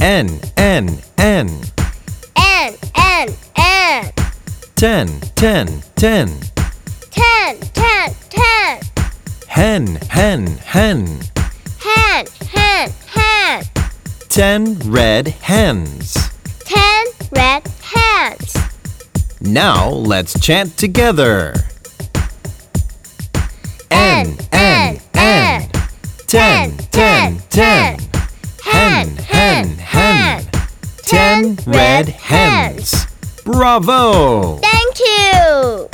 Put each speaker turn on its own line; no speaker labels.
N, N, N.
N, N, N.
Ten, ten, ten.
Ten, ten, ten.
Hen, hen, hen.
Hen, hen, hen.
Ten red hens.
Ten red hands.
Now let's chant together. N, N, N. Ten, ten, ten. Hen, hen, hen. Ten red hens. Bravo!
Thank you.